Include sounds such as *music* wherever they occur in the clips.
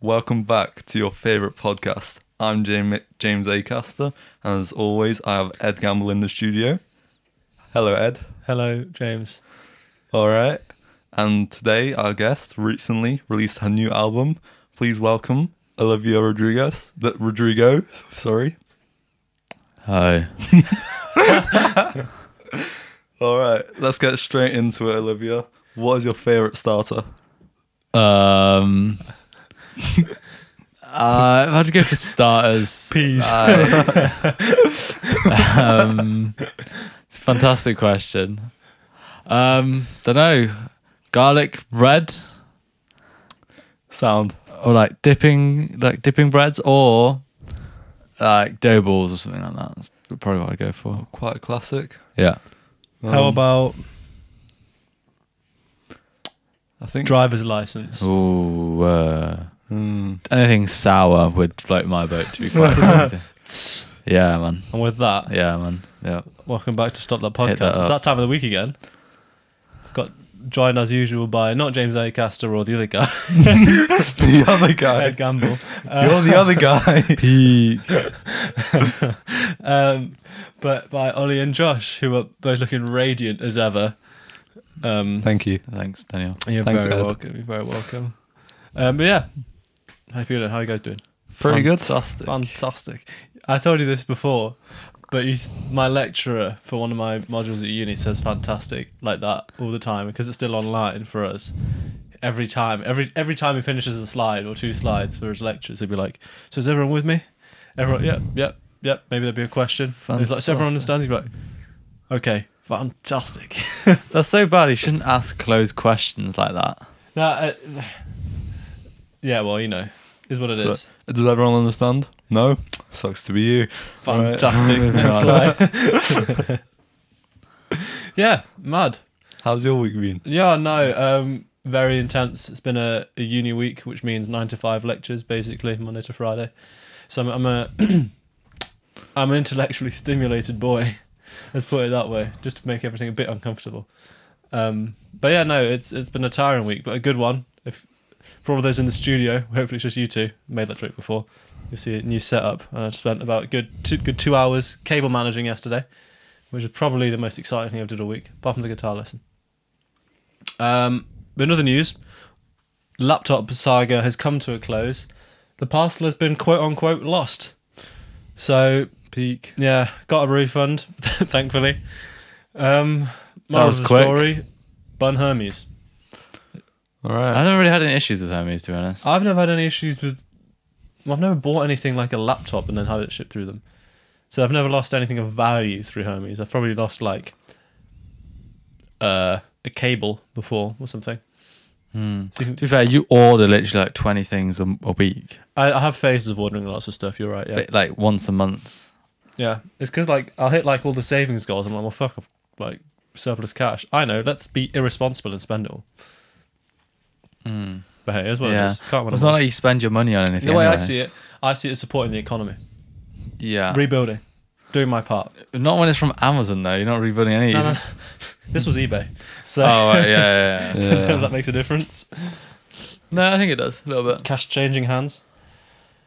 Welcome back to your favourite podcast. I'm James, James Acaster, and as always, I have Ed Gamble in the studio. Hello, Ed. Hello, James. All right. And today, our guest recently released her new album. Please welcome Olivia Rodriguez. The, Rodrigo, sorry. Hi. All right, let's get straight into it, Olivia. What is your favourite starter? Um, *laughs* uh, if I had to go for starters, Peas. I- *laughs* um, it's a fantastic question. Um, don't know, garlic bread Sound. or like dipping, like dipping breads, or like dough balls or something like that. That's probably what I go for. Quite a classic. Yeah. How Um, about I think. driver's license? Oh. Ooh. Uh, Hmm. anything sour would float my boat. To *laughs* be quite honest. with you. yeah, man. And with that, Yeah, man. Yeah. welcome back to Stop That Podcast. Hit that it's up. that time of the week again. Got joined as usual by not James Acaster or the *laughs* other guy, *laughs* the other *laughs* Ed guy. Gamble. You're the other guy. um, but by Ollie and Josh, who are both looking radiant as ever. Um, Thank you. Thanks, Daniel. you're thanks, very Ed. welcome. You're very welcome. Um, but yeah, how you feeling? How you guys doing? Pretty good. Fantastic. Fantastic. I told you this before, but you, s- my lecturer for one of my modules at uni says fantastic like that all the time because it's still online for us. Every time, every every time he finishes a slide or two slides for his lectures, he'd be like, "So is everyone with me? Everyone? Yep, yep, yep. Maybe there'd be a question." And He's like, "So everyone Fantastic. understands?" He'd be like, "Okay, fantastic." *laughs* That's so bad. He shouldn't ask closed questions like that. now, uh, *sighs* yeah, well, you know, is what it is. So- Does everyone understand? No? Sucks to be you. Fantastic. Right. Next slide. *laughs* yeah, mad. How's your week been? Yeah, no, um, very intense. It's been a, a uni week, which means nine to five lectures, basically Monday to Friday. So I'm, I'm a *clears throat* I'm an intellectually stimulated boy. *laughs* Let's put it that way, just to make everything a bit uncomfortable. Um, but yeah, no, it's it's been a tiring week, but a good one. If for all of those in the studio, hopefully it's just you two. Made that joke before. You'll see a new setup, and I spent about a good two, good two hours cable managing yesterday, which is probably the most exciting thing I've done all week, apart from the guitar lesson. Um, but in other news, laptop saga has come to a close. The parcel has been quote unquote lost. So Peak. yeah, got a refund, *laughs* thankfully. Um, That moral was of the quick. story: Bun Hermes. All right. I don't really had any issues with Hermes, to be honest. I've never had any issues with. well, I've never bought anything like a laptop and then had it shipped through them, so I've never lost anything of value through Hermes. I've probably lost like uh, a cable before or something. Hmm. To be fair, you order literally like 20 things a, a week, I, I have phases of ordering lots of stuff. You're right. Yeah. But, like once a month. Yeah, it's because like I'll hit like all the savings goals. I'm like, well, fuck, I've like surplus cash. I know. Let's be irresponsible and spend it all. Mm. But hey, it is what Yeah. it is. Can't win It's them not all. like you spend your money on anything. the way I anyway. Ah. see it, I see it as supporting the economy, Yeah. rebuilding, doing my part. not when it's from Amazon, though. You're not rebuilding any. No, is no, it? no. *laughs* this was eBay, so *laughs* Oh, right, *laughs* *laughs* I yeah, yeah, yeah. don't know if Yeah. that makes a difference. no, I think it does a little bit. Cash changing hands.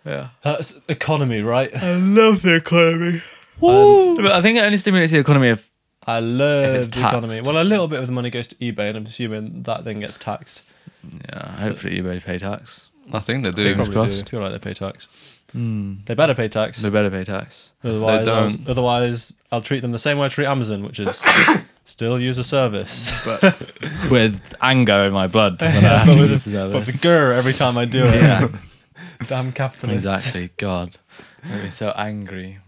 Yeah. That's economy, right? I love the economy. Um, But I think it only stimulates the economy if I love it's the economy. taxed. Well, a little bit of the money goes to eBay, and I'm assuming that then gets taxed. Yeah, hopefully eBay pay tax. I think they do. They Fingers probably do. crossed. You're right, they pay tax. Mm. They better pay tax. They better pay tax. Otherwise, I'll- don't. otherwise, I'll treat them the same way I treat Amazon, which *coughs* is still use a service, *laughs* But with anger in my blood. when I *laughs* Yeah, have to with use a- this other- but the grr every time I do it. yeah, *laughs* Damn capitalists. exactly. God, made me so angry.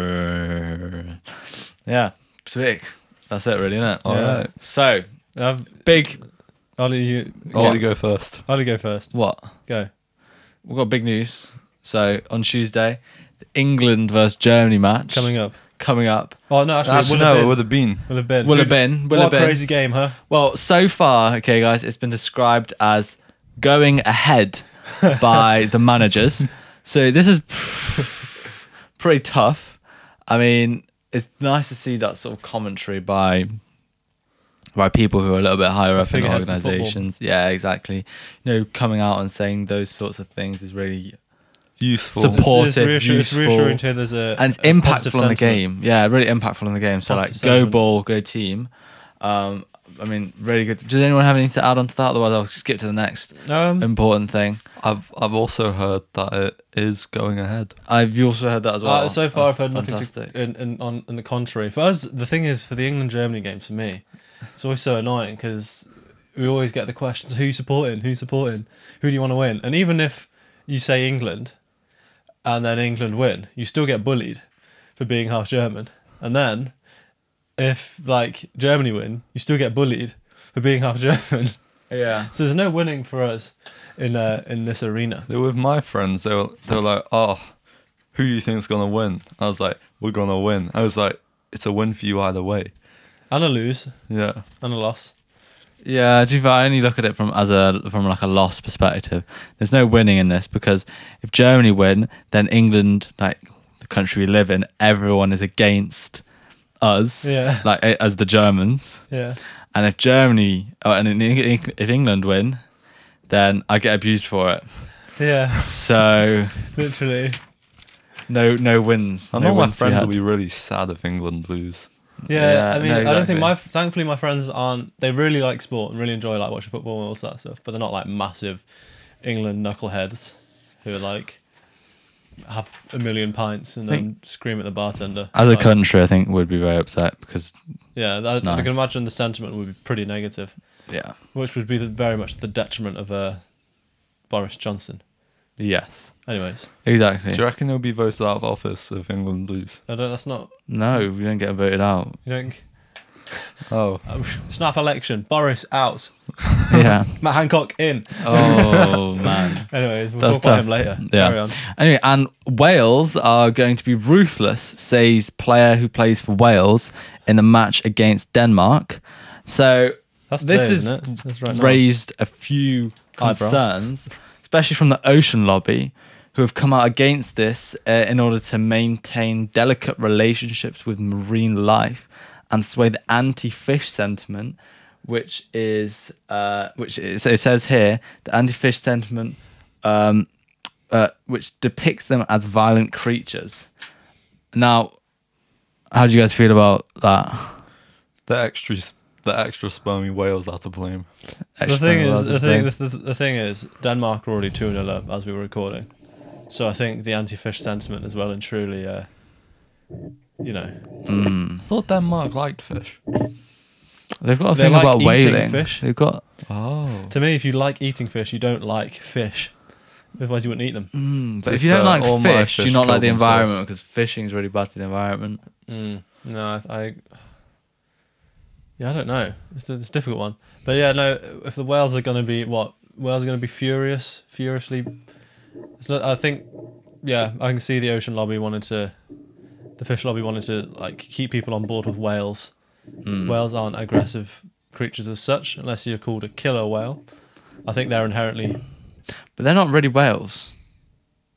Brrrr. Yeah, sick. That's it, really, isn't it? All Yeah. right. So I've, big. I'll let you. I'll let I'll you go first. let you go first. What? Go. We've got big news. So on Tuesday, the England versus Germany match Coming up. coming up. Oh no, actually, Actually, will no, have it been. would have been. Will have been. Will have Who- been. Will what have a been. crazy game, huh? Well, so far, okay, guys, it's been described as going ahead by the managers. So this is pretty tough. I mean, it's nice to see that sort of commentary by by people who are a little bit higher The up in figureheads of football. organizations. Yeah, exactly. You know, coming out and saying those sorts of things is really Useful. Support- it's, Supportive, reassuring, it's useful, reassuring to there's a and it's a positive impactful on the sentiment. game. Yeah, really impactful on the game. So Positive like, sentiment. go ball, go team. Um, I mean, really good. Does anyone have anything to add on to that? Otherwise, I'll skip to the next Um, important thing. I've I've also heard that it is going ahead. I've you also heard that as well. uh, so far, I've That's heard nothing fantastic. to, in, in, on, on the contrary. For us, the thing is, for the England Germany game, for me, it's always so annoying because we always get the questions who you supporting? Who you supporting? Who do you want to win? And even if you say England and then England win, you still get bullied for being half German. And then if like Germany win, you still get bullied for being half German. Yeah. So there's no winning for us in uh, in this arena. So with my friends, they were they were like, "Oh, who do you think's gonna win?" I was like, "We're gonna win." I was like, "It's a win for you either way." And a lose Yeah, and a *laughs* loss. Yeah, to be fair, I only look at it from as a from like a loss perspective. There's no winning in this because if Germany win, then England, like the country we live in, everyone is against us, Yeah. like a- as the Germans. Yeah. And if Germany, oh, and in Eng- if England win, then I get abused for it. Yeah. *laughs* So Literally. no, no wins. I no know my wins to be friends had. will be really sad if England lose. Yeah, Yeah, I mean, no, I don't think exactly. my. Thankfully, my friends aren't. They really like sport and really enjoy like watching football and all that stuff. But they're not like massive England knuckleheads who like have a million pints and then scream at the bartender. As a Like, country, I think would be very upset because yeah, that, I can nice. imagine the sentiment would be pretty negative, yeah, which would be the, very much the detriment of uh, Boris Johnson. yes, Anyways, exactly. Do you reckon they'll be voted out of office if England lose? I don't. That's not. No, we don't get *laughs* voted out. You don't. *laughs* Oh, Snap election. Boris out. Yeah. Matt Hancock in. Oh *laughs* man. Anyways, we'll That's talk about tough. him later. Yeah. Carry on. Anyway, and Wales are going to be ruthless, says player who plays for Wales in the match against Denmark. So That's This today, is isn't it? That's right now. raised a few Eyebrows. concerns, especially from the Ocean Lobby, who have come out against this uh, in order to maintain delicate relationships with marine life and sway the anti-fish sentiment, which is uh, which is, it says here the anti-fish sentiment, um, uh, which depicts them as violent creatures. Now, how do you guys feel about that? the extra the extra spermy whales out to blame. The thing is, Explain the about thing, the, the, the thing is, Denmark are already two and up as we were recording, so I think the anti-fish sentiment is well and truly, uh, you know, Mm. I thought Denmark liked fish. They've got a They're thing like about eating whaling. fish. They've got Oh, to me, if you like eating fish, you don't like fish, otherwise you wouldn't eat them. Mm, but be if you don't fair, like all my fish, do you fish not kill like the themselves. environment because fishing is really bad for the environment. Mm, no, I, I, yeah, I don't know. It's a, it's a difficult one, but yeah, no. If the whales are going to be what whales are going to be furious, furiously, it's not, I think, yeah, I can see the ocean lobby wanted to, the fish lobby wanted to like keep people on board with whales. Mm. Whales aren't aggressive creatures as such, unless you're called a killer whale. I think they're inherently. but they're not really whales.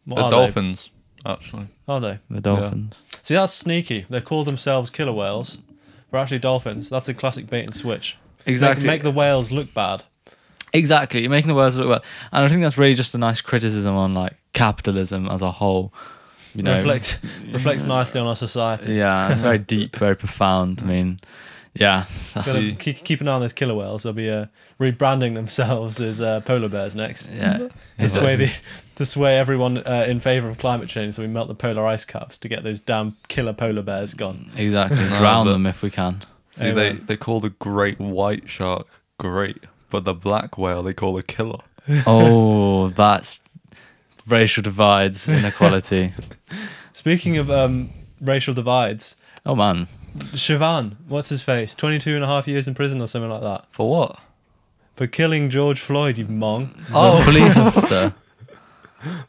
What the are dolphins actually. They? Are they? The dolphins. See, that's sneaky. They call themselves killer whales, but actually dolphins. That's a classic bait and switch. Exactly. Make, make the whales look bad. exactly. You're making the whales look well, and I think that's really just a nice criticism on like capitalism as a whole. You know, Reflect, reflects nicely on our society. Yeah, it's very deep, very profound. I mean, yeah, Gotta keep, keep an eye on those killer whales. They'll be uh, rebranding themselves as uh, polar bears next yeah. to sway the, to sway everyone uh, in favor of climate change. So we melt the polar ice caps to get those damn killer polar bears gone. exactly. No, Drown but- them if we can. See, they, Amen. they call the great white shark great, but the black whale they call a killer. Oh, that's racial divides, inequality. Speaking of um, racial divides, oh man, Siobhan, what's his face? 22 and a half years in prison or something like that. For what? For killing George Floyd, you mong. Oh, police officer.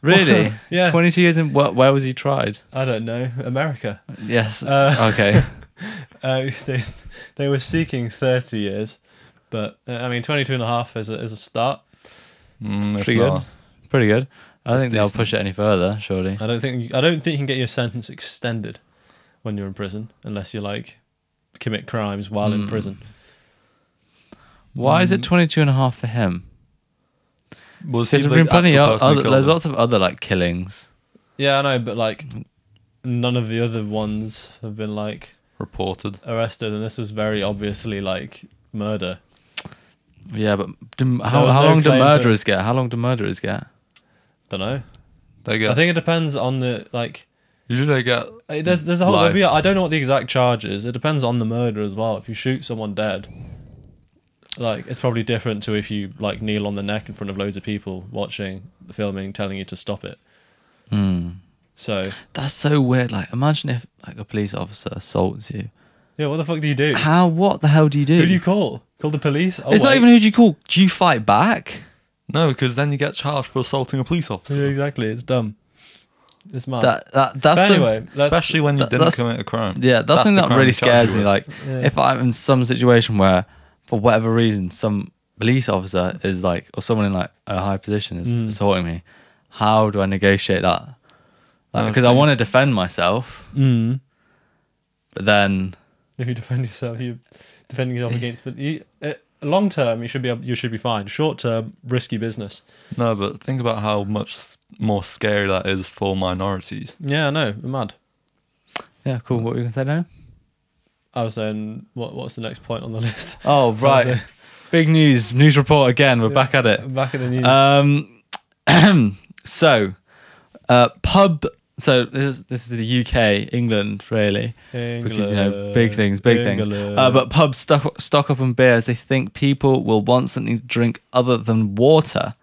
Really? Yeah. 22 years in. Where, where was he tried? I don't know. America. Yes. *laughs* Uh, okay. Uh, *laughs* they, they were seeking 30 years, but uh, I mean, 22 and a half is a, is a start. Mm, it's Pretty good. not. Pretty good. I That's think they'll decent. push it any further, surely. I don't think I don't think you can get your sentence extended when you're in prison unless you like commit crimes while in Mm. prison. Why is it 22 and a half for him? We'll see Because if there's been the plenty actual of person who other, killed uh, there's them. lots of other like killings. Yeah, I know, but like none of the other ones have been like reported. arrested, and this was very obviously like murder. Yeah, but do, how, was how no long do claim for- murderers get? How long do murderers get? Don't know. They get I think it depends on the like. usually they get eh, There's there's a whole. Life. there'll Be, I don't know what the exact charge is. It depends on the murder as well. If you shoot someone dead, like it's probably different to if you like kneel on the neck in front of loads of people watching, filming, telling you to stop it. Hmm. So That's so weird. Like, imagine if like a police officer assaults you. yeah, what the fuck do you do? How? What the hell do you do? Who do you call? Call the police? Oh, it's not wait. even who do you call. Do you fight back? no, because then you get charged for assaulting a police officer, *laughs* Yeah, exactly. It's dumb. It's mad. That that that's Uh, but some- anyway, that's, especially when you that- didn't that's- commit a crime. yeah. That's, something the that crime they really charge scares you me. with. Like, Yeah. if I'm in some situation where, for whatever reason, some police officer is like, or someone in like a high position is Mm. assaulting me, how do I negotiate that? Like, Oh, because I want to please. defend myself, Mm. but then If you defend yourself, you're defending yourself against. But you, uh, long term, you should be able- you should be fine. Short term, risky business. No, but think about how much s- more scary that is for minorities. Yeah, I know. I'm mad. yeah, cool. What were you gonna say now? I was saying, what what's the next point on the *laughs* list? Oh Sorry. right, big news. News report again. We're back at it. Back in the news. Um, *clears throat* so, uh, pub. So this is this is the UK, England, really, because you know big things, big things. Uh, but pubs stock, stock up on beer as they think people will want something to drink other than water.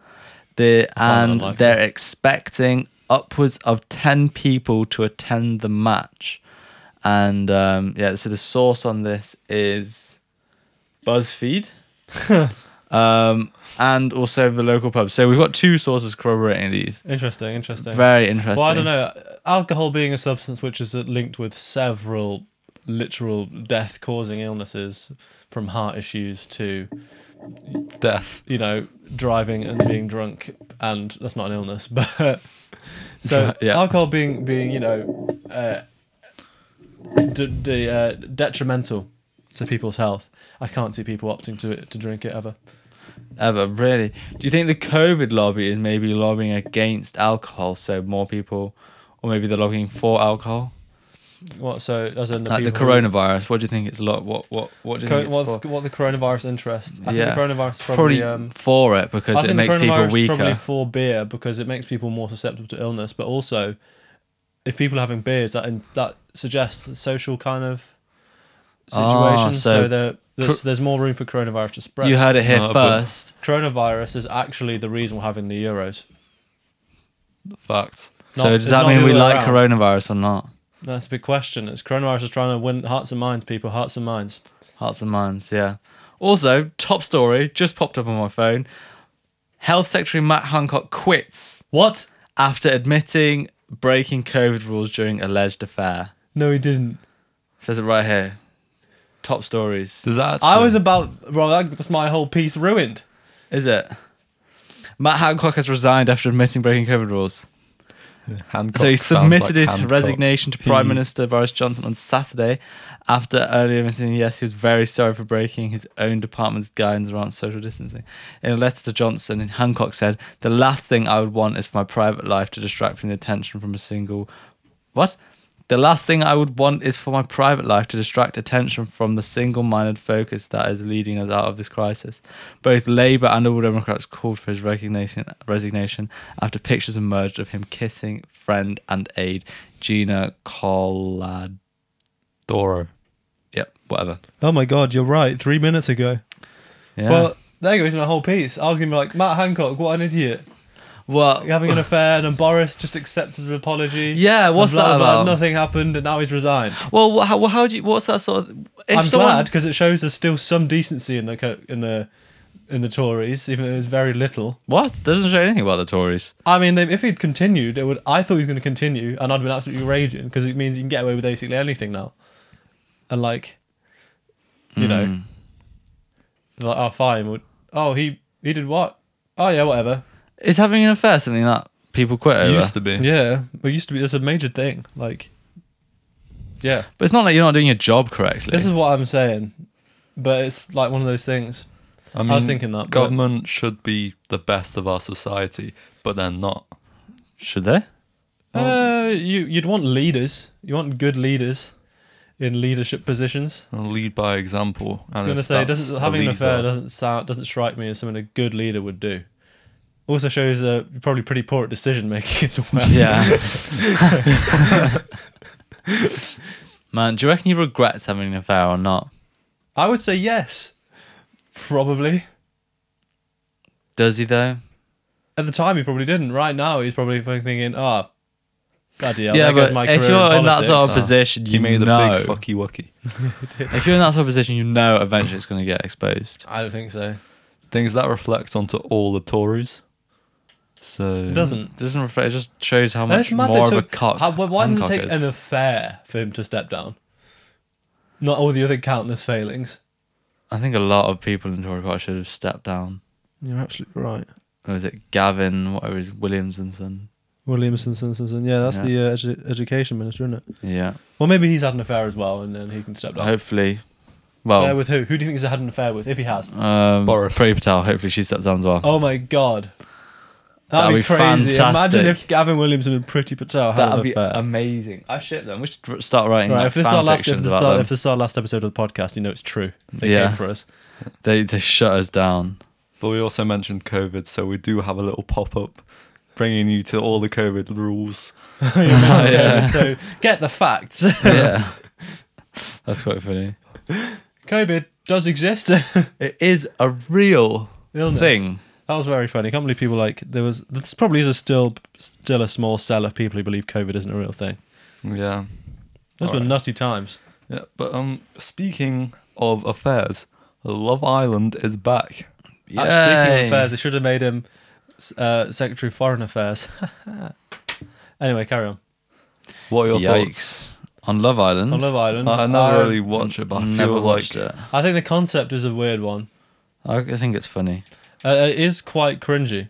They find that and unlikely. they're expecting upwards of ten people to attend the match, and um, yeah. So the source on this is BuzzFeed um, and also the local pub. So we've got two sources corroborating these. interesting, interesting. Very interesting. well, I don't know. Alcohol being a substance which is uh, linked with several literal death-causing illnesses, from heart issues to Death. you know, driving and being drunk, and that's not an illness, *laughs* but so *laughs* Yeah. alcohol being being you know, uh, d- d- uh, detrimental to people's health. I can't see people opting to to drink it ever. Ever really? Do you think the COVID lobby is maybe lobbying against alcohol, so more people, or maybe they're lobbying for alcohol, What so as in the like the people who- coronavirus? What do you think it's lo- What what what do you Co- think it's what's- for? what the coronavirus interests? I Yeah. think the coronavirus is probably. Probably um, for it because I it think makes the people coronavirus is probably weaker. for beer because it makes people more susceptible to illness, but also if people are having beers, that that suggests a social kind of situation. Ah, so so there, there's, there's more room for coronavirus to spread. You heard it here No, but- first. coronavirus is actually the reason we're having the euros. Facts. Not- so it's does that not mean the we other way like around. coronavirus or not? That's a big question. It's coronavirus is trying to win hearts and minds, people. Hearts and minds. Hearts and minds, yeah. Also, top story just popped up on my phone. Health Secretary Matt Hancock quits What? after admitting breaking COVID rules during alleged affair. No, he didn't. Says it right here. Top stories. Does that? Actually, I was about. Well, that- that's my whole piece ruined. Is it? Matt Hancock has resigned after admitting breaking COVID rules. Hancock so he sounds submitted like his Hancock. resignation to Prime He- Minister Boris Johnson on Saturday after earlier admitting, yes, he was very sorry for breaking his own department's guidance around social distancing. In a letter to Johnson, Hancock said, The last thing I would want is for my private life to distract from the attention from a single. What? The last thing I would want is for my private life to distract attention from the single minded focus that is leading us out of this crisis. Both Labour and all Democrats called for his resignation, resignation after pictures emerged of him kissing friend and aide Gina Collard. Doro. Yep, whatever. Oh my god, you're right. Three minutes ago. Yeah. Well, Well, there goes my whole piece. I was gonna be like Matt Hancock, what an idiot, well having an affair, and then Boris just accepts his apology. Yeah, and what's blah, blah, that blah, about? Nothing happened, and now he's resigned. well, how, well, how do you? What's that sort of? If I'm someone, glad because it shows there's still some decency in the co- in the in the Tories, even though it was very little. What doesn't show anything about the Tories? I mean, they, if he'd continued, it would. I thought he was going to continue, and I'd been absolutely raging because it means you can get away with basically anything now, and like, you know, Mm. like oh fine, would oh he he did what? Oh yeah, whatever. Is having an affair something that people quit over? It used to be. Yeah, it used to be. It's a major thing. Like, yeah, But it's not like you're not doing your job correctly. this is what I'm saying, but it's like one of those things. I mean, was thinking that, but- government should be the best of our society, but they're not. Should they? uh, you you'd want leaders. You want good leaders in leadership positions. And lead by example. I And was going to if say, that's doesn't, a having an affair leader- doesn't sound, doesn't strike me as something a good leader would do. Also shows uh, you're probably pretty poor at decision making *laughs* as well. Yeah. *laughs* Man, do you reckon he regrets having an affair or not? I would say yes, probably. Does he though? At the time, he probably didn't. Right now, he's probably thinking, "Ah, bloody hell, yeah, there goes but my if career you're in, in that politics." sort of Ah. position, you He made know. a big fucky wucky. if you're in that sort of position, you know eventually it's going to get exposed. I don't think so. Things that reflect onto all the Tories. So It doesn't. It doesn't reflect. It just shows how And much it's mad more they of a took, cock. how- why- why does it Hancock take is. an affair for him to step down? Not all the other countless failings. I think a lot of people in Tory Party should have stepped down. You're absolutely right. Or was it Gavin? Whatever his Williams and son. Williamson, Simpson, yeah, that's that's Yeah. the uh, education minister, isn't it? Yeah. Well, maybe he's had an affair as well, and then he can step down. Hopefully. Affair Well, with who? Who do you think he's had an affair with? If he has, um, Boris. Priti Patel. Hopefully she steps down as well. oh my god, that'd, That'd be, be crazy. Imagine fantastic. if Gavin Williamson and Pretty Patel had That'd an be affair. amazing. I shit them. We should r- start writing Right, like, if this is fan our last, if fictions this is about our, them. if this is our last episode of the podcast, you know it's true. They Yeah. came for us. *laughs* They they shut us down. But we also mentioned COVID, so we do have a little pop up bringing you to all the COVID rules. *laughs* Yeah. COVID, so get the facts. yeah, *laughs* that's quite funny. COVID does exist. *laughs* It is a real Illness. thing. That was very funny. I can't believe people like there was. This probably is a still still a small cell of people who believe COVID isn't a real thing. Yeah. Those were Alright. nutty times. Yeah. But um speaking of affairs, Love Island is back. Actually, speaking Yay. of affairs, they should have made him uh, Secretary of Foreign Affairs. *laughs* anyway, carry on. What are your thoughts? Yikes! On Love Island, On Love Island, I, I never I- Uh, really watch it, but I never feel like watched it. I think the concept is a weird one. I I think it's funny. Uh, it is quite cringy.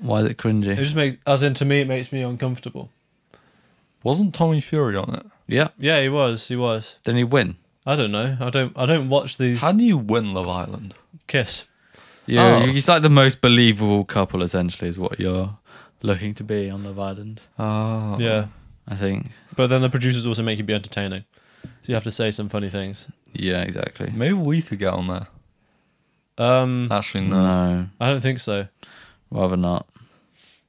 Why is it It cringy? just makes, as in to me, it makes me uncomfortable. wasn't Tommy Fury on it? Yeah. Yeah, he was. He was. Then he win. I don't know. I don't. I don't watch these. How do you win Love Island? Kiss. You, Oh. he's like the most believable couple, essentially, is what you're looking to be on Love Island. Ah, Yeah. I think. But then the producers also make you be entertaining. So you have to say some funny things. Yeah, exactly. Maybe we could get on there. Um, Actually, no. Mm. No, I don't think so. rather not.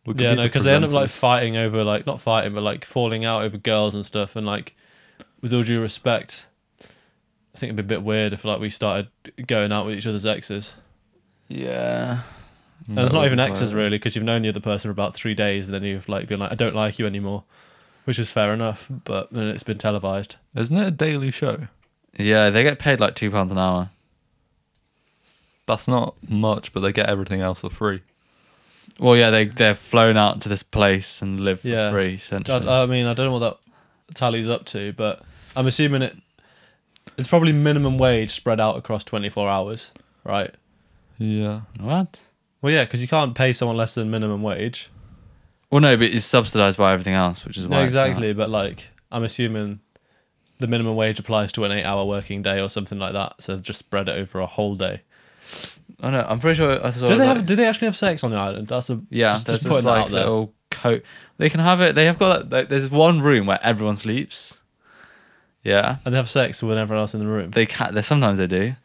We could Yeah, be no, the because they end up like presenters. fighting over like not fighting, but like falling out over girls and stuff. And like, with all due respect, I think it'd be a bit weird if like we started going out with each other's exes. Yeah. And it's not even wouldn't exes work. really, because you've known the other person for about three days, and then you've like been like, I don't like you anymore, which is fair enough. But then it's been televised. Isn't it a daily show? Yeah, they get paid like two pounds an hour. That's not much, but they get everything else for free. Well, yeah, they they're flown out to this place and live for Yeah. uh, free. Essentially. I, I mean, I don't know what that tallies up to, but I'm assuming it. It's probably minimum wage spread out across 24 hours, right? Yeah. what? Well, yeah, because you can't pay someone less than minimum wage. Well, no, but it's subsidized by everything else, which is why No, it's not. exactly. But like, I'm assuming the minimum wage applies to an eight-hour working day or something like that. So just spread it over a whole day. I know. Oh, I'm pretty sure. I saw Do they like- have? Do they actually have sex on the island? That's a Yeah, Just, there's just this, putting that like out there. little coat. They can have it. They have got. Like, there's one room where everyone sleeps. Yeah, And they have sex with everyone else in the room. they can. They sometimes they do,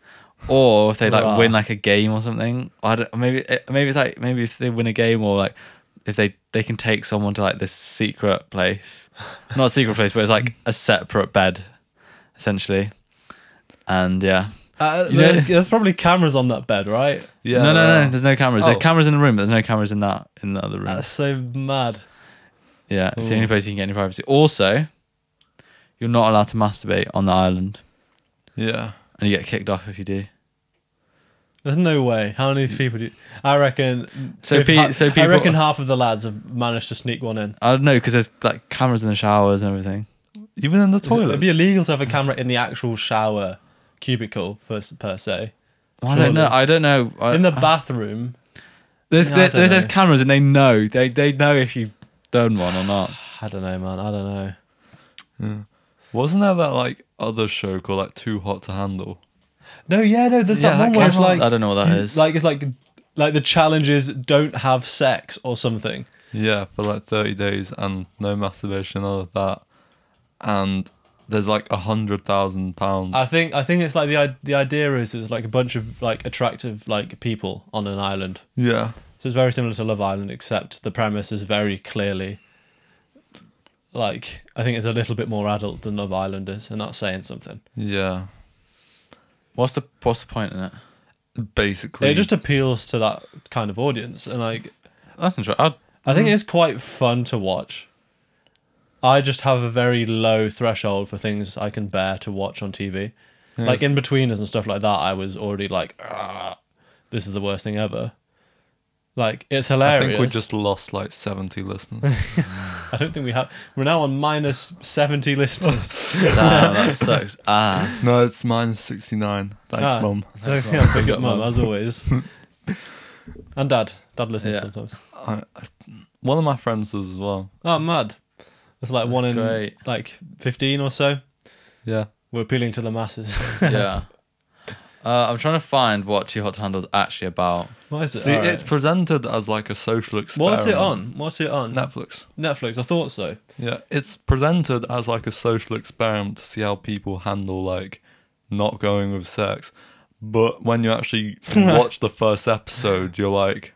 or if they like Right. win like a game or something. I don't. Maybe eh, maybe it's like maybe if they win a game or like if they they can take someone to like this secret place, not a secret place, but it's like a separate bed, essentially. And *laughs* yeah, Uh, You know- there's, there's probably cameras on that bed, right? Yeah. no, no, there no. are. There's no cameras. Oh. There's cameras in the room, but there's no cameras in that in the other room. That's so mad. Yeah, it's the only Ooh. place you can get any privacy. Also, you're not allowed to masturbate on the island, Yeah. and you get kicked off if you do. There's no way. How many people do you, I reckon? So if pe- ha- so I people- reckon half of the lads have managed to sneak one in. I don't know because there's like cameras in the showers and everything. Even in the Is it- toilet. It'd be illegal to have a camera in the actual shower cubicle per, per se. Well, I don't know. I don't know. I, In the I- bathroom, there's Yeah, I there, don't there's, know. those cameras, and they know they they know if you've done one or not. I don't know, man. I don't know. Wasn't there that like other show called like Too Hot to Handle? No, yeah, no. There's Yeah, that one that where counts. it's like I don't know what that you- is. Like it's like like the challenge is don't have sex or something. Yeah, for like 30 days and no masturbation, all of that. And there's like a hundred thousand pounds. I think I think it's like the i- the idea is there's like a bunch of like attractive like people on an island. Yeah. So it's very similar to Love Island, except the premise is very clearly like I think it's a little bit more adult than Love Island is, and that's saying something. Yeah. What's the what's the point in it? Basically. It just appeals to that kind of audience, and like That's interesting. *laughs* I'd, I Mm. think it's quite fun to watch. I just have a very low threshold for things I can bear to watch on TV. Yeah, it's- Like in betweeners and stuff like that, I was already like, "Ah, this is the worst thing ever. Like it's I hilarious. think we just lost like 70 listeners. *laughs* I don't think we have. We're now on minus seventy listeners. damn, that *laughs* sucks ass. no, it's minus 69. Thanks, Ah. mum. yeah, big *laughs* Big up, up, mum, Mum. as always. *laughs* and dad. Dad listens Yeah. sometimes. I, I, one of my friends does as well. Oh, mad. There's like That's one in *laughs* great. like fifteen or so. Yeah. We're appealing to the masses. yeah. Uh, I'm trying to find what Too Hot to Handle is actually about. What is it? See, All right. it's presented as like a social experiment. uh, What's it on? What's it on? Netflix. Netflix. I thought so. Yeah, it's presented as like a social experiment to see how people handle like not going with sex. But when you actually watch the first episode, you're like,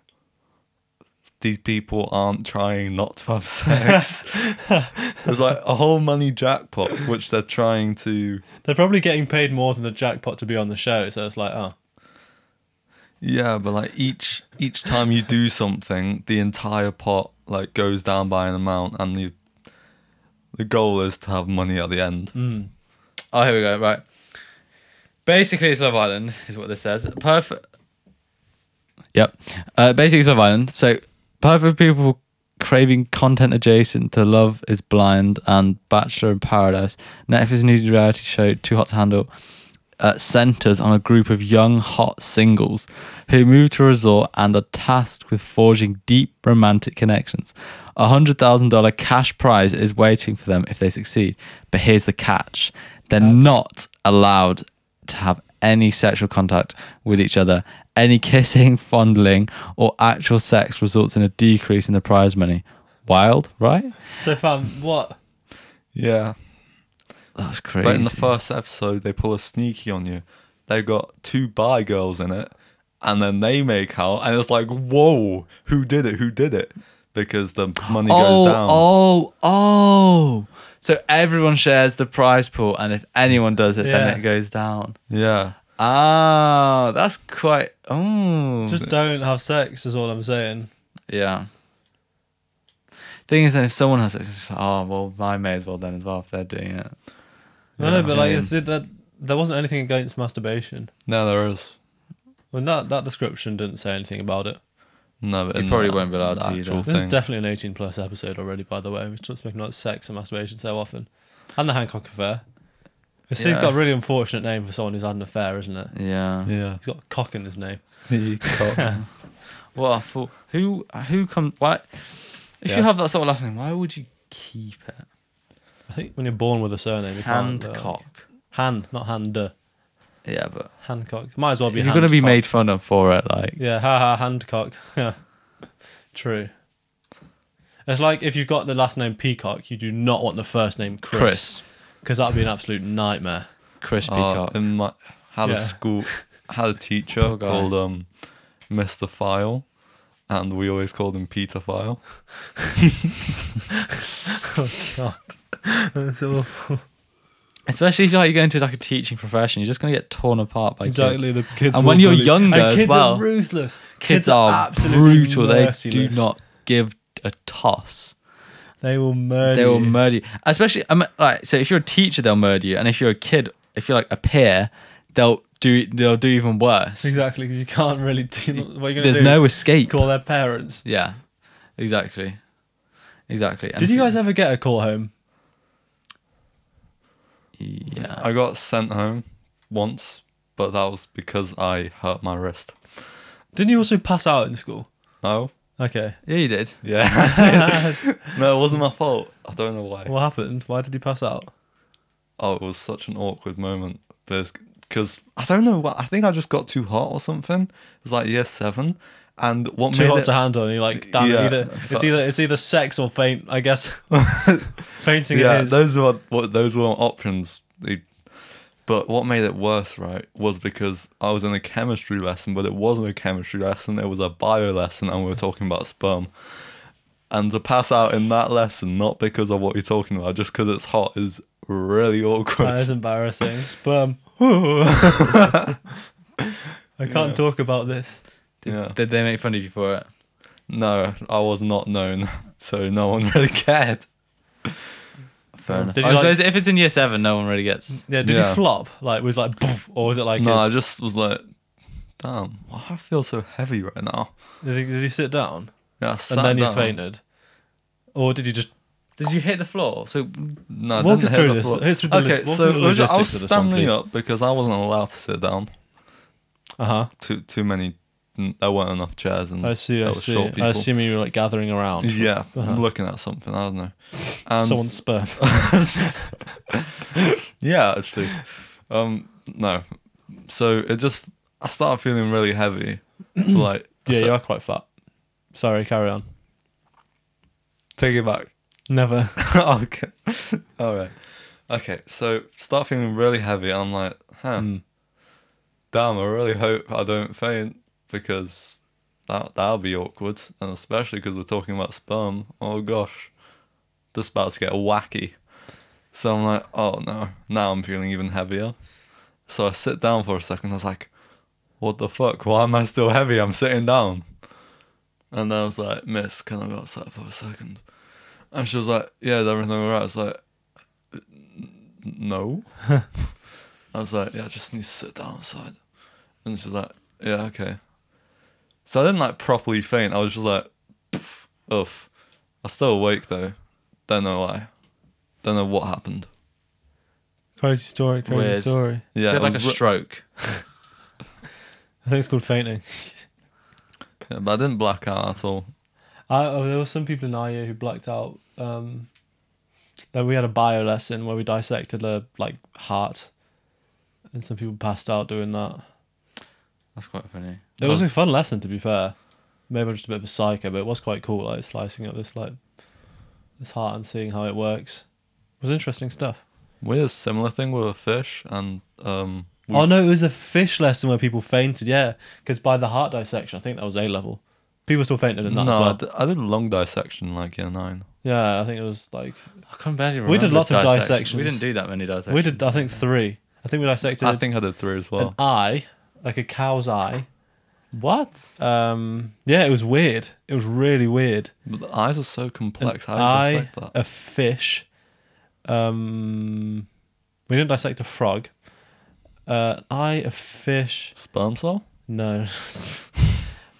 these people aren't trying not to have *laughs* sex. There's like a whole money jackpot which they're trying to. They're probably getting paid more than the jackpot to be on the show, so it's like, oh, Yeah, but like each each time you do something, the entire pot like goes down by an amount, and the the goal is to have money at the end. Oh, here we go. Right. Basically, it's Love Island, is what this says. Perfect. Yep. Uh, basically, it's Love Island. So, perfect people craving content adjacent to Love is Blind and Bachelor in Paradise. Netflix's new reality show, Too Hot to Handle, uh, centers on a group of young, hot singles who move to a resort and are tasked with forging deep romantic connections. A $100,000 cash prize is waiting for them if they succeed. But here's the catch they're not allowed to have any sexual contact with each other. Any *laughs* kissing, fondling, or actual sex results in a decrease in the prize money. Wild, right? so fam, what? Yeah. That's crazy. But in the first episode, they pull a sneaky on you. They got two bi girls in it, and then they make out, and it's like, whoa, who did it? Who did it? Because the money oh, goes down. Oh, oh. So everyone shares the prize pool, and if anyone does it, Yeah. then it goes down. Yeah, Ah, that's quite. Oh, Just don't have sex is all I'm saying. yeah. Thing is, then if someone has it, it's just, oh well, I may as well then as well if they're doing it. I know, Yeah. but like, it's, it, that there wasn't anything against masturbation. no, there is. Well, that that description didn't say anything about it. No, but You in probably the- won't be allowed the to either. actual This is thing. definitely an 18 plus episode already, by the way. We're just speaking about sex and masturbation so often, and the Hancock affair. This has Yeah. got a really unfortunate name for someone who's had an affair, isn't it? Yeah. *laughs* Yeah. He's got cock in his name. The *laughs* cock. What a fool. Who who comes? Why? If Yeah. you have that sort of last name, why would you keep it? I think when you're born with a surname, you can't. uh, Handcock. Han, not Hander. Yeah, but Hancock. Might as well be. you're gonna be Handcock. made fun of for it. Like, Yeah, haha, Handcock. Yeah. *laughs* True. It's like if you've got the last name Peacock, you do not want the first name Chris. Chris. Because that would be an absolute nightmare. Chris Oh, Peacock. in my had Yeah. a school had a teacher Poor guy. called um Mr. File, and we always called him Peter File. God. That's awful. Especially if like, you go into like a teaching profession, you're just gonna get torn apart by Exactly. kids. The kids uh, And will when you're bully- younger and as kids well, are ruthless. Kids, are absolutely brutal. They merciless. do not give a toss. They will murder. They will you. murder you. Especially, I mean, like, so if you're a teacher, they'll murder you, and if you're a kid, if you're like a peer, they'll do they'll do even worse. Exactly, because you can't really. Do, what are you going to do? There's no escape. call their parents. Yeah, exactly, exactly. And Did if you guys ever get a call home? Yeah. I got sent home once, but that was because I hurt my wrist. Didn't you also pass out in school? No. Okay. Yeah, you did. Yeah. *laughs* *laughs* no, it wasn't my fault. I don't know why. What happened? Why did you pass out? Oh, it was such an awkward moment. There's because I don't know. what- I think I just got too hot or something. It was like year seven, and what Too made hot it, to handle, and you're like, damn, it, Yeah, either it's fuck. either it's either sex or faint, I guess. *laughs* Fainting yeah, it is. those were what those were options. They- But what made it worse, right, was because I was in a chemistry lesson, but it wasn't a chemistry lesson; it was a bio lesson, and we were talking about sperm. And to pass out in that lesson, not because of what you're talking about, just because it's hot, is really *laughs* awkward. *laughs* That is embarrassing. Sperm. I can't talk about this. Did, Yeah. did they make fun of you for it? No, I was not known, *laughs* so no one really cared. Fair enough. Did I you, like- suppose if it's in year seven, no one really gets. Yeah, did Yeah. you flop? Like, was like, "Poof," or was it like, No, a- I just was like, damn, why I feel so heavy right now. did, you, did you sit down Yeah, I and sat then you down. fainted, or did you just? Did you hit the floor? So No, I Walk didn't us hit through the this. floor. Here's through the lo- okay, walk so through the I was- I was logistics of this one, standing please. up because I wasn't allowed to sit down. Uh huh. Too too many. There weren't enough chairs, and I see. there I was see. short people. I assume you were like gathering around. Yeah, Uh-huh. I'm looking at something. I don't know. And *laughs* Someone's sperm. yeah, actually. Um, no. So it just, I started feeling really heavy. for, like, I yeah, said- you are quite fat. Sorry, carry on. take it back. Never. *laughs* Oh, okay. All right. Okay. So start feeling really heavy. And I'm like, huh. Damn, I really hope I don't faint because that that'll be awkward, and especially because we're talking about sperm. Oh gosh, this is about to get wacky. So I'm like, oh no. Now I'm feeling even heavier. So I sit down for a second. I was like, what the fuck? Why am I still heavy? I'm sitting down. And I was like, Miss, can I go outside for a second? And she was like, Yeah, is everything alright? I was like, "N- *laughs* No. I was like, Yeah, I just need to sit down outside. And she's like, Yeah, okay. So I didn't like properly faint. I was just like, "Pff, Uff. I was still awake though. Don't know why. Don't know what happened. Crazy story. Crazy Weird. story. Yeah, she had like I a was re- stroke. I think it's called fainting. *laughs* yeah, but I didn't black out at all. I, oh, there were some people in our year who blacked out. Um, that we had a bio lesson where we dissected a like heart, and some people passed out doing that. That's quite funny. Oh, It was a fun lesson, to be fair. Maybe I'm just a bit of a psycho, but it was quite cool, like slicing up this like this heart and seeing how it works. It was interesting stuff. We had a similar thing with a fish and um we- oh no, it was a fish lesson where people fainted. Yeah, because by the heart dissection, I think that was A level. People still fainted in that no, as I well. d- I did a long dissection like year nine. yeah, I think it was like I can barely remember. We did lots of We dissections. didn't do that many dissections. we did. I think three. I think we dissected I think I did three as well. an eye, like a cow's eye. what? Um, yeah, it was weird. It was really weird. But the eyes are so an complex. How do you eye, dissect that? a fish. Um, we didn't dissect a frog. Uh, an eye, a fish. Sperm cell? No, *laughs*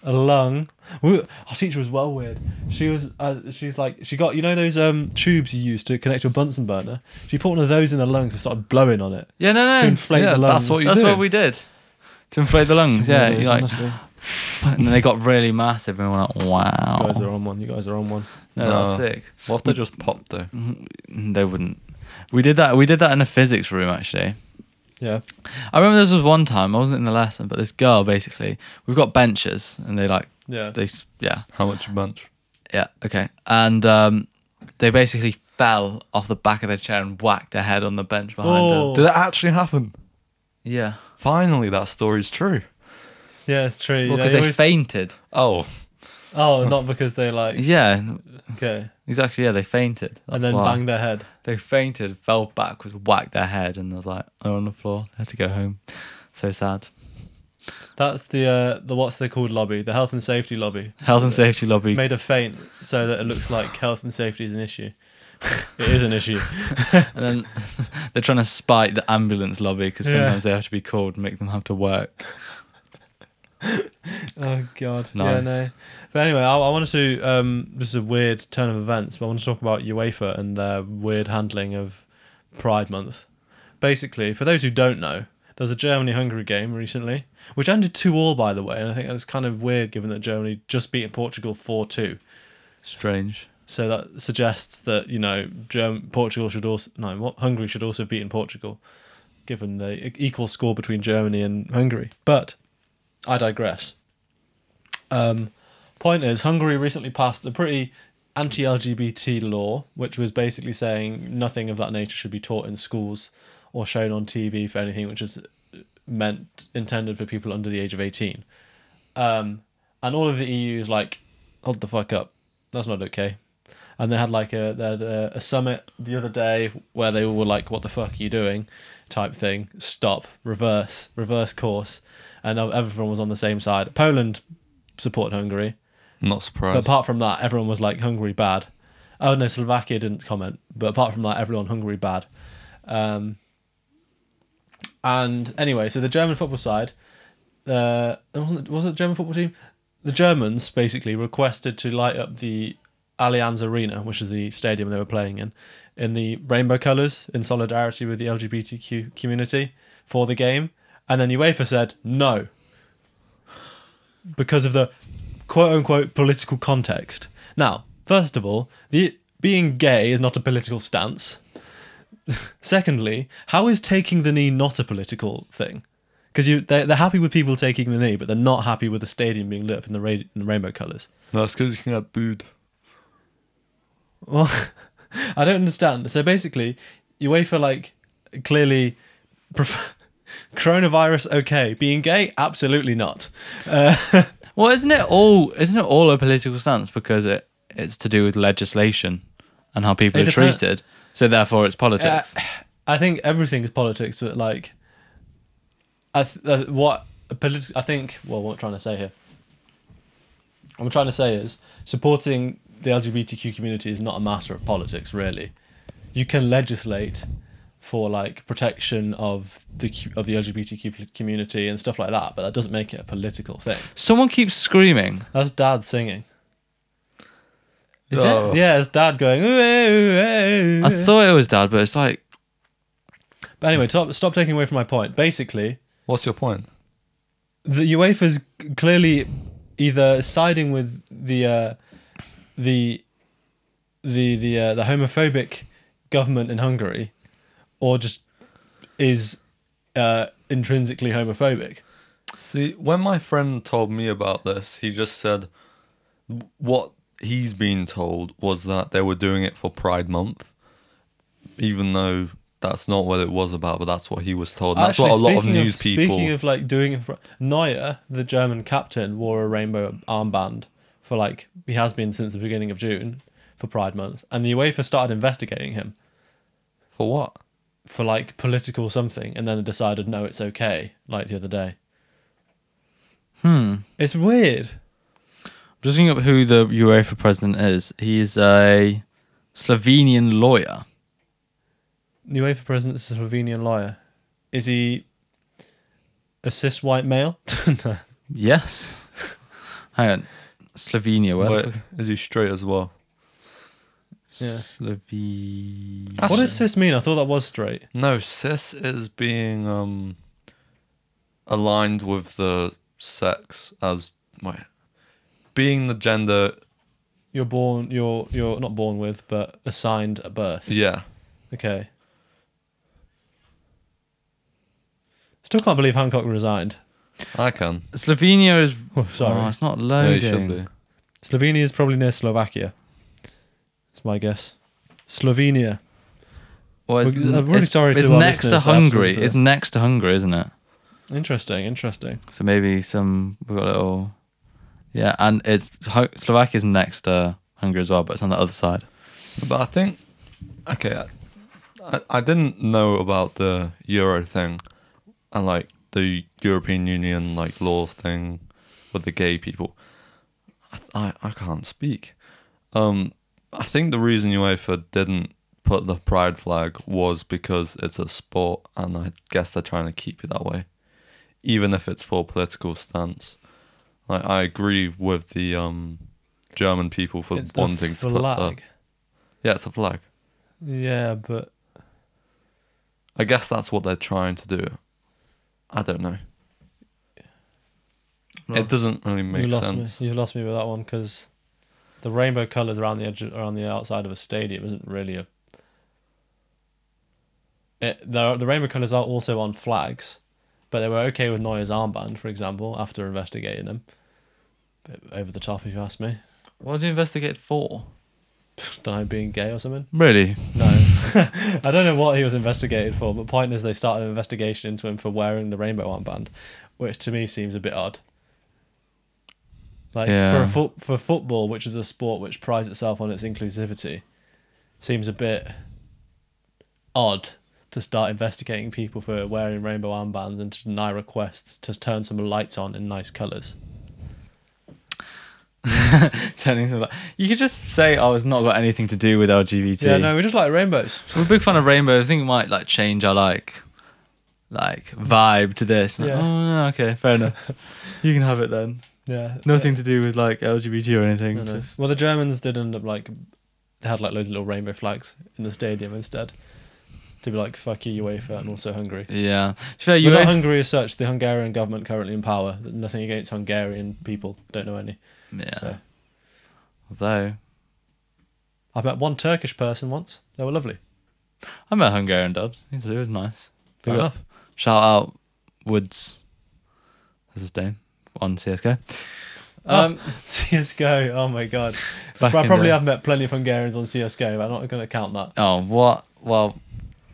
a lung. We, our teacher was well weird. She was. Uh, she's like she got you know those um tubes you use to connect to a Bunsen burner. She put one of those in her lungs and started blowing on it Yeah, no, to no. inflate yeah, the lungs. that's what you That's do. what we did. To inflate the lungs, yeah. Weirdos, You're like, honestly. *laughs* and then they got really massive, and we were like, wow. You guys are on one. You guys are on one. no, that was No. sick. What if they just popped though? They wouldn't. We did that. We did that in a physics room actually. Yeah. I remember this was one time I wasn't in the lesson, but this girl basically we've got benches and they like Yeah. they s- yeah How much bunch? yeah okay and um, they basically fell off the back of their chair and whacked their head on the bench behind Oh. them. Did it actually happen? Yeah, Finally, that story's true. yeah, it's true. because Yeah, they you always- fainted. Oh, oh, not because they like. *laughs* Yeah, Okay. exactly. Yeah, they fainted. and That's then why. bang their head. They fainted, fell backwards, whacked their head, and I was like, they're on the floor. They had to go home. So sad. That's the uh, the what's they called lobby, the health and safety lobby. Health and safety lobby. Made a feint so that it looks like health and safety is an issue. *laughs* it is an issue. And then *laughs* they're trying to spite the ambulance lobby because Yeah. sometimes they have to be called and make them have to work. *laughs* Oh god. Yeah, Nice. no. But anyway, I, I wanted to. Um, this is a weird turn of events, but I want to talk about UEFA and their weird handling of Pride Month. Basically, for those who don't know, there was a Germany-Hungary game recently, which ended two all, by the way, and I think that's kind of weird given that Germany just beat Portugal four-two. Strange. So that suggests that you know Germ- Portugal should also no what Hungary should also have beaten Portugal, given the e-, equal score between Germany and Hungary. But I digress. Um, point is, Hungary recently passed a pretty anti LGBT law, which was basically saying nothing of that nature should be taught in schools or shown on TV for anything which is meant intended for people under the age of 18. Um, and all of the EU is like, hold the fuck up. That's not okay. And they had like a they had a, a summit the other day where they all were like, "What the fuck are you doing?" type thing. Stop. Reverse. Reverse course. And everyone was on the same side. Poland supported Hungary. Not But surprised. apart from that, everyone was like Hungary bad. Oh no, Slovakia didn't comment. But apart from that, everyone Hungary bad. Um, and anyway, so the German football side, uh, wasn't it, was it the German football team? The Germans basically requested to light up the Allianz Arena, which is the stadium they were playing in, in the rainbow colours in solidarity with the LGBTQ community for the game. And then UEFA said no because of the quote unquote political context. Now, first of all, the being gay is not a political stance. *laughs* Secondly, how is taking the knee not a political thing? Because you they're, they're happy with people taking the knee, but they're not happy with the stadium being lit up in the, ra- in the rainbow colours. no, it's because you can get booed. Well, I don't understand. So basically, UEFA like clearly pref- *laughs* coronavirus okay, being gay absolutely not. Uh, *laughs* Well, isn't it all? Isn't it all a political stance because it it's to do with legislation and how people It are depends- treated. So therefore, it's politics. Uh, *sighs* I think everything is politics, but like, I th- uh, what politi- I think. Well, what I'm trying to say here, what I'm trying to say is supporting the LGBTQ community is not a matter of politics, really. You can legislate for like protection of the cu- of the LGBTQ pl- community and stuff like that, but that doesn't make it a political thing. Someone keeps screaming. That's Dad singing. Is Oh. Yeah, it's Dad going. "Ooh, eh, ooh, eh, ooh, I eh." thought it was dad, but it's like But anyway, stop, stop taking away from my point. Basically, What's your point? the UEFA's clearly either siding with the uh, the the the uh, the homophobic government in Hungary, or just is uh, intrinsically homophobic. See, when my friend told me about this, he just said what he's been told was that they were doing it for Pride Month, even though that's not what it was about, but that's what he was told. And that's what a lot of speaking news people. Speaking of like doing it for Neuer, the German captain, wore a rainbow armband for like he has been since the beginning of June for Pride Month, and the UEFA started investigating him. for what? for like political something and then decided no it's okay like the other day hmm it's weird I'm just looking up who the UEFA president is. He's a Slovenian lawyer. the UEFA president is a Slovenian lawyer is he a cis white male *laughs* No. *laughs* Yes. Hang on. Slovenia. Where? Wait, the fuck- is he straight as well? Yeah. Slovenia. what does cis mean I thought that was straight No, cis is being um aligned with the sex as wait, being the gender. you're born you're you're not born with but assigned at birth Yeah, okay still can't believe Hancock resigned I can. Slovenia is. Oh, sorry Oh, it's not No, loading. he should be. Slovenia is probably near Slovakia that's my guess Slovenia Well, it's, Well, I'm really it's- sorry to it's our next to listeners that have to Hungary. listen to It's this. next to Hungary, isn't it? Interesting, interesting. So maybe some we've got a little. Yeah, and it's Ho- Slovakia's next to Hungary as well, but it's on the other side. *laughs* But I think, okay, I, I didn't know about the euro thing and like the European Union like law thing with the gay people. I th- I, I can't speak. Um, I think the reason UEFA didn't put the pride flag was because it's a sport, and I guess they're trying to keep it that way, even if it's for political stance. Like I agree with the um, German people for It's a wanting to put the flag. yeah, it's a flag. Yeah, but I guess that's what they're trying to do. I don't know. Well, it doesn't really make you lost sense. me. You've lost me with that one because the rainbow colours around the edge, around the outside of a stadium isn't really a. it, there, the rainbow colours are also on flags, but they were okay with Neuer's armband, for example, after investigating him. Bit over the top, if you ask me. *laughs* What was he investigated for? Don't know, being gay or something. Really? No, *laughs* I don't know what he was investigated for, but point is they started an investigation into him for wearing the rainbow armband, which to me seems a bit odd. Like for Yeah. a fo- for football, which is a sport which prides itself on its inclusivity, seems a bit odd to start investigating people for wearing rainbow armbands and to deny requests to turn some lights on in nice colours. Turning to you could just say, "Oh, it's not got anything to do with LGBT." Yeah, no, we just like rainbows. We're a big fan of rainbow. I think it might like change our like, like vibe to this. Like, Yeah. Oh, no, okay, fair enough. *laughs* you can have it then. Yeah, Nothing to do with like LGBT or anything. No, no. Just Well, the Germans did end up like they had like loads of little rainbow flags in the stadium instead to be like fuck you UEFA and also Hungary. yeah. To be fair, You UEFA Hungary is such the Hungarian government currently in power. Nothing against Hungarian people. Don't know any. yeah. So Although I met one Turkish person once. They were lovely. I met Hungarian dad. He said It was nice. Fair Big up. enough. Shout out Woods. That's his name on CS:GO. Oh, *laughs* Um, CS:GO. Oh my god. back But I in probably the- have met plenty of Hungarians on CS:GO. But I'm not going to count that. Oh what? Well,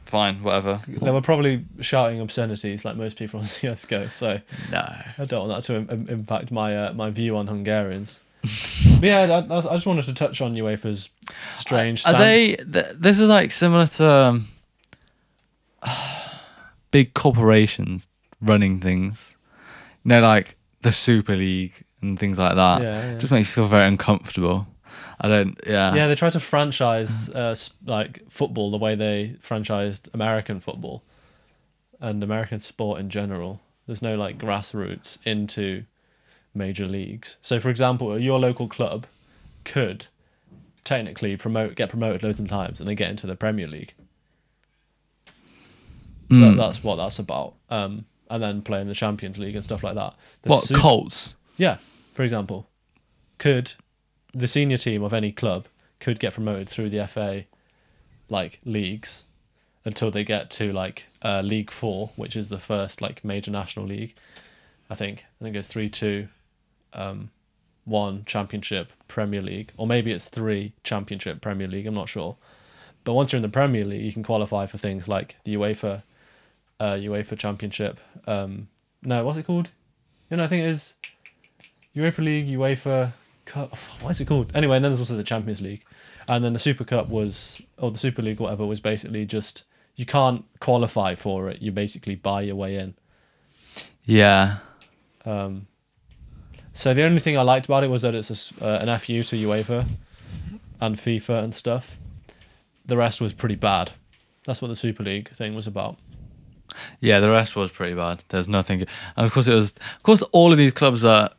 fine, whatever. They were probably shouting obscenities like most people on *laughs* CS:GO. So. No. I don't want that to im- im- impact my uh, my view on *laughs* Hungarians. but yeah, I, I was- I just wanted to touch on UEFA's strange Are stance. they? Th- this is like similar to um, *sighs* big corporations running things. You know, like the Super League and things like that. Yeah, yeah. Just makes you feel very uncomfortable. I don't. Yeah. yeah, they tried to franchise uh, s- like football the way they franchised American football and American sport in general. There's no like grassroots into major leagues. So, for example, your local club could technically promote get promoted loads of times and then get into the Premier League. Mm. Hmm. That, that's what that's about. Um, and then play in the Champions League and stuff like that. The what Sup- Colts? Yeah, for example, could the senior team of any club could get promoted through the FA like leagues until they get to like uh, League Four, which is the first like major national league, I think. I think it's three two, um, one Championship Premier League, or maybe it's three Championship Premier League. I'm not sure. But once you're in the Premier League, you can qualify for things like the UEFA, uh, UEFA Championship. Um, no, what's it called? You know, I think it is Europa League, UEFA Cup. What is it called? Anyway, and then there's also the Champions League, and then the Super Cup was, or the Super League, whatever, was basically just you can't qualify for it. You basically buy your way in. Yeah. Um, so the only thing I liked about it was that it's a s uh, an FU to UEFA and FIFA and stuff. The rest was pretty bad. That's what the Super League thing was about. Yeah, the rest was pretty bad. There's nothing, good. and of course it was. Of course, all of these clubs are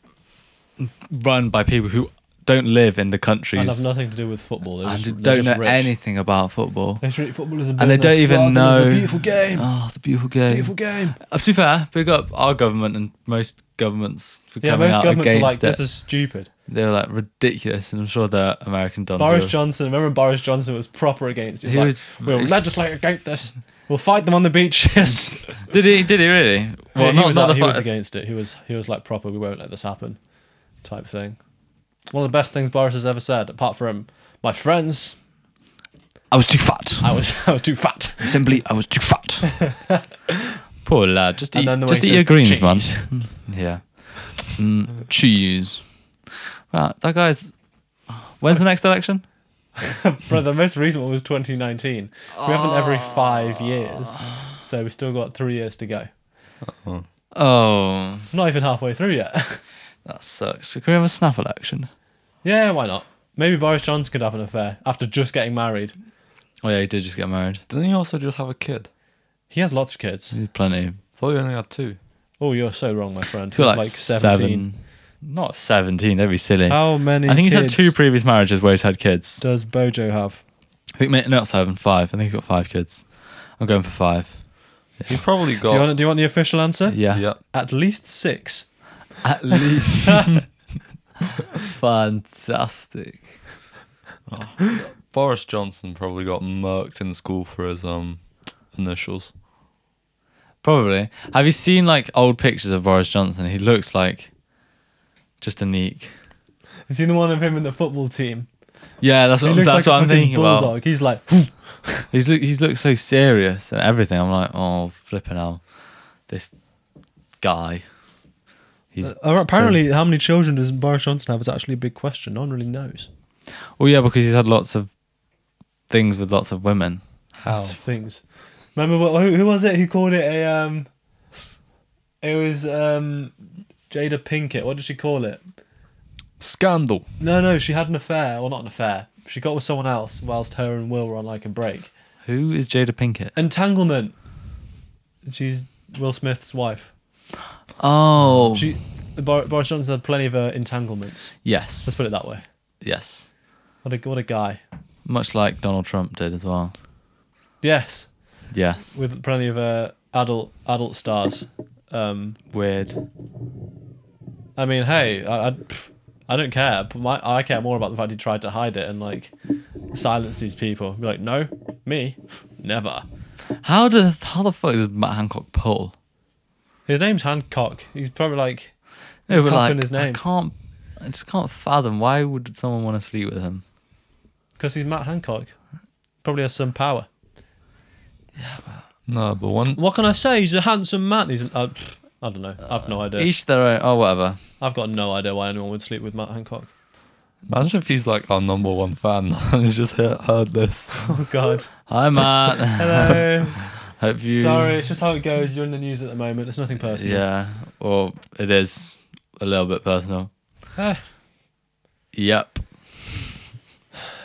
run by people who don't live in And the have countries nothing to do with football. They're and just, they're don't just know rich. anything about football. They treat football as a business And they don't even rather than as a know- beautiful game. Oh, the beautiful game. Beautiful game. Uh, to be fair, big up our government and most governments for Yeah, coming most out governments are against like, it. this is stupid. they were like ridiculous, and I'm sure the American dons. Boris were- Johnson, remember when Boris Johnson was proper against it? He Like, was- we'll legislate against *laughs* this. We'll fight them on the *laughs* beaches. did he? Did he really? Well, Yeah, he not, was, not the he was fact- against it. He was he was like proper. We won't let this happen, type thing. One of the best things Boris has ever said, apart from my friends, I was too fat. I was *laughs* I was too fat. Simply, I was too fat. *laughs* Poor lad. Just And eat, then the way just he eat your says, greens, man. "Cheese." *laughs* Yeah. Mm, cheese. Right, that guy's. When's the next election? But the most recent one was 2019. We have them every five Ah. years, so we still got three years to go. Oh, Not even halfway through yet. *laughs* that sucks. Can we have a snap election? yeah, why not? Maybe Boris Johnson could have an affair after just getting married. Oh yeah, he did just get married. Didn't he also just have a kid? He has lots of kids. He's plenty. thought he only had two. Oh, you're so wrong, my friend. He's He got was like, like 17. seven. Not seventeen. Don't be silly. How many? I think he's had kids two previous marriages where he's had kids. does Bojo have? I think ma- not seven, five. I think he's got five kids. I'm going for five. He probably got. *laughs* Do you want? Do you want the official answer? Yeah, yeah. At least six. at least. *laughs* Fantastic. Boris Johnson probably got murked in school for his um initials. Probably. Have you seen like old pictures of Boris Johnson? He looks like just a neek. I've seen the one of him in the football team. Yeah, that's He what looks like that's a what I'm fucking thinking bulldog. about. He's like, He's look, he's looked so serious and everything. I'm like, oh flipping hell, this guy. He's Uh, apparently, how many children does Boris Johnson have is actually a big question. No one really knows. so- Well, yeah, because he's had lots of things with lots of women. How? Lots of things. Remember what, who, who was it who called it a um? It was um, Jada Pinkett. What did she call it? Scandal. No, no, she had an affair. Well, not an affair. She got with someone else whilst her and Will were on like a break. Who is Jada Pinkett? Entanglement. She's Will Smith's wife. Oh, She, Bor- Boris Johnson had plenty of uh, entanglements. yes, Let's put it that way. yes. What a what a guy. Much like Donald Trump did as well. Yes, Yes. with plenty of uh, adult adult stars. Um, Weird. I mean, hey, I, I, pff, I don't care. But my, I care more about the fact he tried to hide it and like silence these people. Be like, no, me, never. How does how the fuck does Matt Hancock pull? His name's Hancock. He's probably like, No, but Cock like in his I name. can't. I just can't fathom why would someone want to sleep with him. because he's Matt Hancock. Probably has some power. No, but one What can I say? He's a handsome man. He's, an, uh, pff, I don't know. I've no idea. Each their own. Oh, whatever. I've got no idea why anyone would sleep with Matt Hancock. imagine if he's like our number one fan *laughs* and he's just heard, heard this. Oh *laughs* God. Hi, *laughs* Matt. *laughs* Hello. Hope you. Sorry, it's just how it goes. You're in the news at the moment. It's nothing personal. Yeah. Well, it is a little bit personal. Eh. Yep.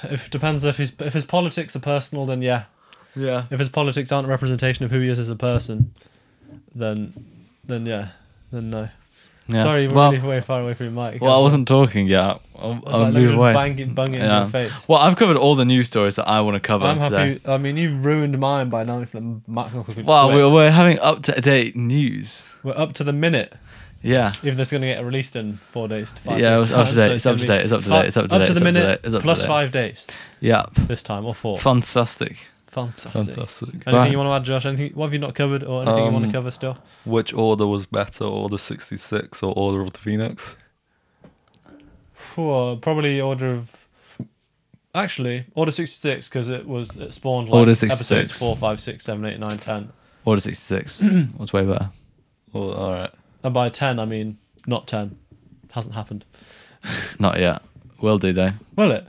If depends if his if his politics are personal, then yeah. Yeah. If his politics aren't a representation of who he is as a person, then then yeah, then no. Sorry, you were Well, really way far away from your mic. well, I wasn't talking yet. I'll, I was I'll like, move literally away. Banging, banging Yeah. in your face. Well, I've covered all the news stories that I want to cover I'm today. happy. I mean, you ruined mine by announcing that Matt Knuckles would Well, quit. we're, we're having up to date news. we're up to the minute. Yeah. Even though it's going to get released in four days to five Yeah, days. it's up time, to date, so it's up gonna to date, be it's up to fi- date, it's up to up date, to it's the up to date, minute it's up to plus date. five days Yep. this time or four. Fantastic. Fantastic. Fantastic. Anything Right. you want to add, Josh? Anything? What have you not covered, or anything you want to Um, cover still? Which order was better, Order 66 or Order of the Phoenix? Phew, uh, probably Order of. Actually, Order 66, because it was it spawned like Order episodes 66. 4, 5, 6, 7, 8, 9, 10. *clears throat* Order 66 was way better. Well, all right. And by 10, I mean not 10. Hasn't happened. Not yet. Will do, though. Will it?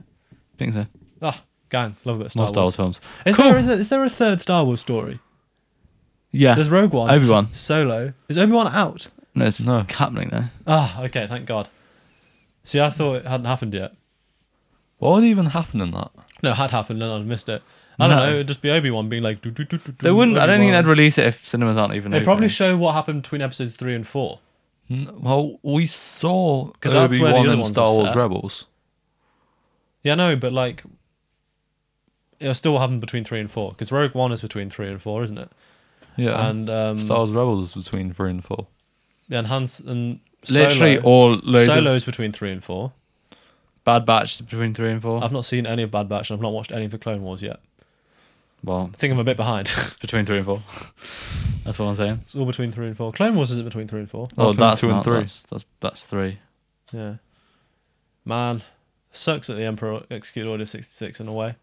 think so. Ah, gang. Love a bit of Star More Star Wars Wars. films. Is, Cool. there, is, there, is there a third Star Wars story? Yeah. There's Rogue One. Obi Wan. Solo. Is Obi Wan out? No, it's No. happening there. Ah, okay, thank God. See, I thought it hadn't happened yet. What would even happen in that? No, it had happened and I'd missed it. I don't No. know, it'd just be Obi Wan being like. "Doo, doo, doo, doo, They doo, wouldn't. I don't think Obi-Wan." they'd release it if cinemas aren't even. They'd open. probably show what happened between episodes three and four. N- Well, we saw 'Cause that's Obi where the Wan other in ones Star are Wars set. Rebels. Yeah, no, but like. It'll still happen between three and four, because Rogue One is between three and four, isn't it? Yeah. And um, Star Wars Rebels is between three and four. and Hans and literally Solo. all loads of Solo's between three and four. Bad Batch between three and 4 I've not seen any of Bad Batch, and I've not watched any of the Clone Wars yet. well, I think I'm a bit behind. *laughs* between three and four. *laughs* that's what I'm saying. it's all between three and four. Clone Wars isn't between three and four. Oh, Well, that's two and not- three. That's, that's that's three. Yeah. Man, sucks that the Emperor executed Order 66 in a way.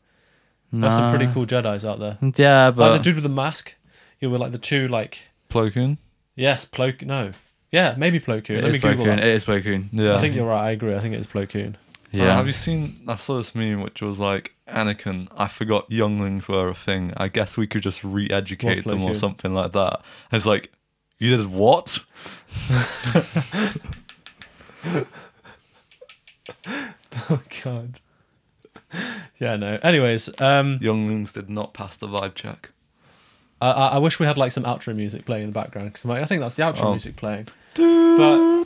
There's some pretty Nah. cool Jedi's out there. Yeah, but like the dude with the mask. You were like the two, like, Plo Koon? yes, Plo No. Yeah, maybe Plo Koon. it Let is me Google Bo-Koon, that. It is Bo Koon. Yeah. I think you're right. I agree. I think it's Plo Koon. Yeah. Yeah. Uh, have you seen? I saw this meme which was like, Anakin, I forgot younglings were a thing. I guess we could just re What's educate Plo them or Koon? something like that. And it's like, you did what? Oh, God. yeah, no. Anyways, um, Younglings did not pass the vibe check. I, I I wish we had like some outro music playing in the background because I'm like, I think that's the outro Oh. music playing. But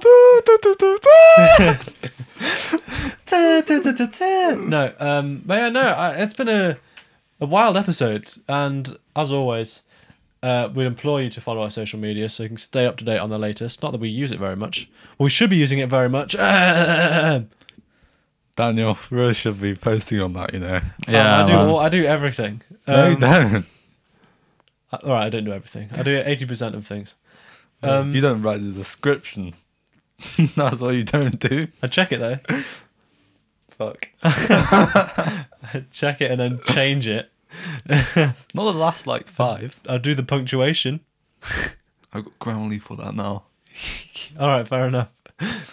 no, um, but yeah, no, I, it's been a a wild episode, and as always, uh, we'd implore you to follow our social media so you can stay up to date on the latest. Not that we use it very much, well, we should be using it very much. *laughs* Um, *laughs* Daniel really should be posting on that, you know. *laughs* yeah, I do, man. Um, all, I do everything. No, you Um, don't. I- All right, I don't do everything. I do eighty percent of things. Um, you don't write the description. *laughs* That's what you don't do. I check it though. Fuck. I check it and then change it. Not the last like five. I'll do the punctuation. I got ground leaf for that now. All right, fair enough. *laughs*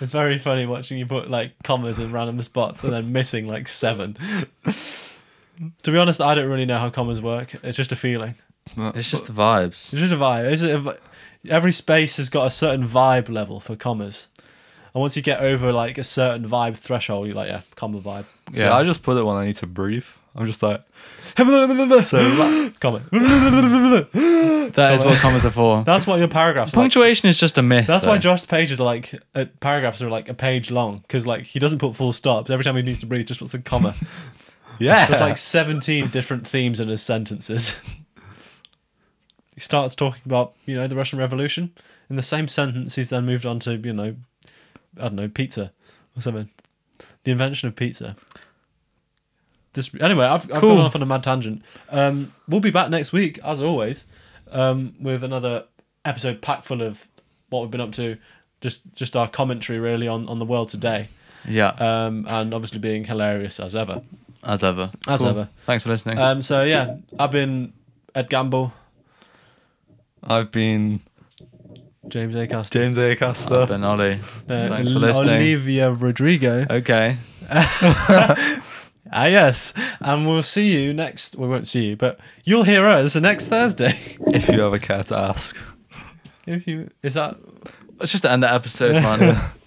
It's very funny watching you put like commas in random spots and then missing like seven. to be honest, I don't really know how commas work. It's just a feeling. It's just the vibes. It's just a vibe. It's a, vi- every space has got a certain vibe level for commas. And once you get over like a certain vibe threshold, you're like, yeah, comma vibe. yeah. I just put it when I need to breathe. I'm just like so. So, la- comma. That is what commas are for. *laughs* That's what your paragraphs are like. Punctuation is just a myth. That's why though. Josh's pages are like uh, paragraphs are like a page long because like he doesn't put full stops every time he needs to breathe, just puts a comma. *laughs* yeah. There's like 17 different themes in his sentences. *laughs* he starts talking about you know the Russian Revolution in the same sentence. He's then moved on to you know I don't know pizza or something, the invention of pizza. This, anyway, I've, I've Cool. gone off on a mad tangent. Um, we'll be back next week, as always, um, with another episode packed full of what we've been up to, just just our commentary really on, on the world today, Yeah, um, and obviously being hilarious as ever. as ever. as ever. Thanks for listening. Um, so yeah, I've been Ed Gamble, I've been James Acaster, James A. I've Caster. been Ollie. uh, Thanks for Ol- listening. Uh, Olivia Rodrigo. Okay. Ah yes, and we'll see you next. We won't see you, but you'll hear us next Thursday. *laughs* If you ever care to ask. if you is that *laughs* Let's just end the episode, man.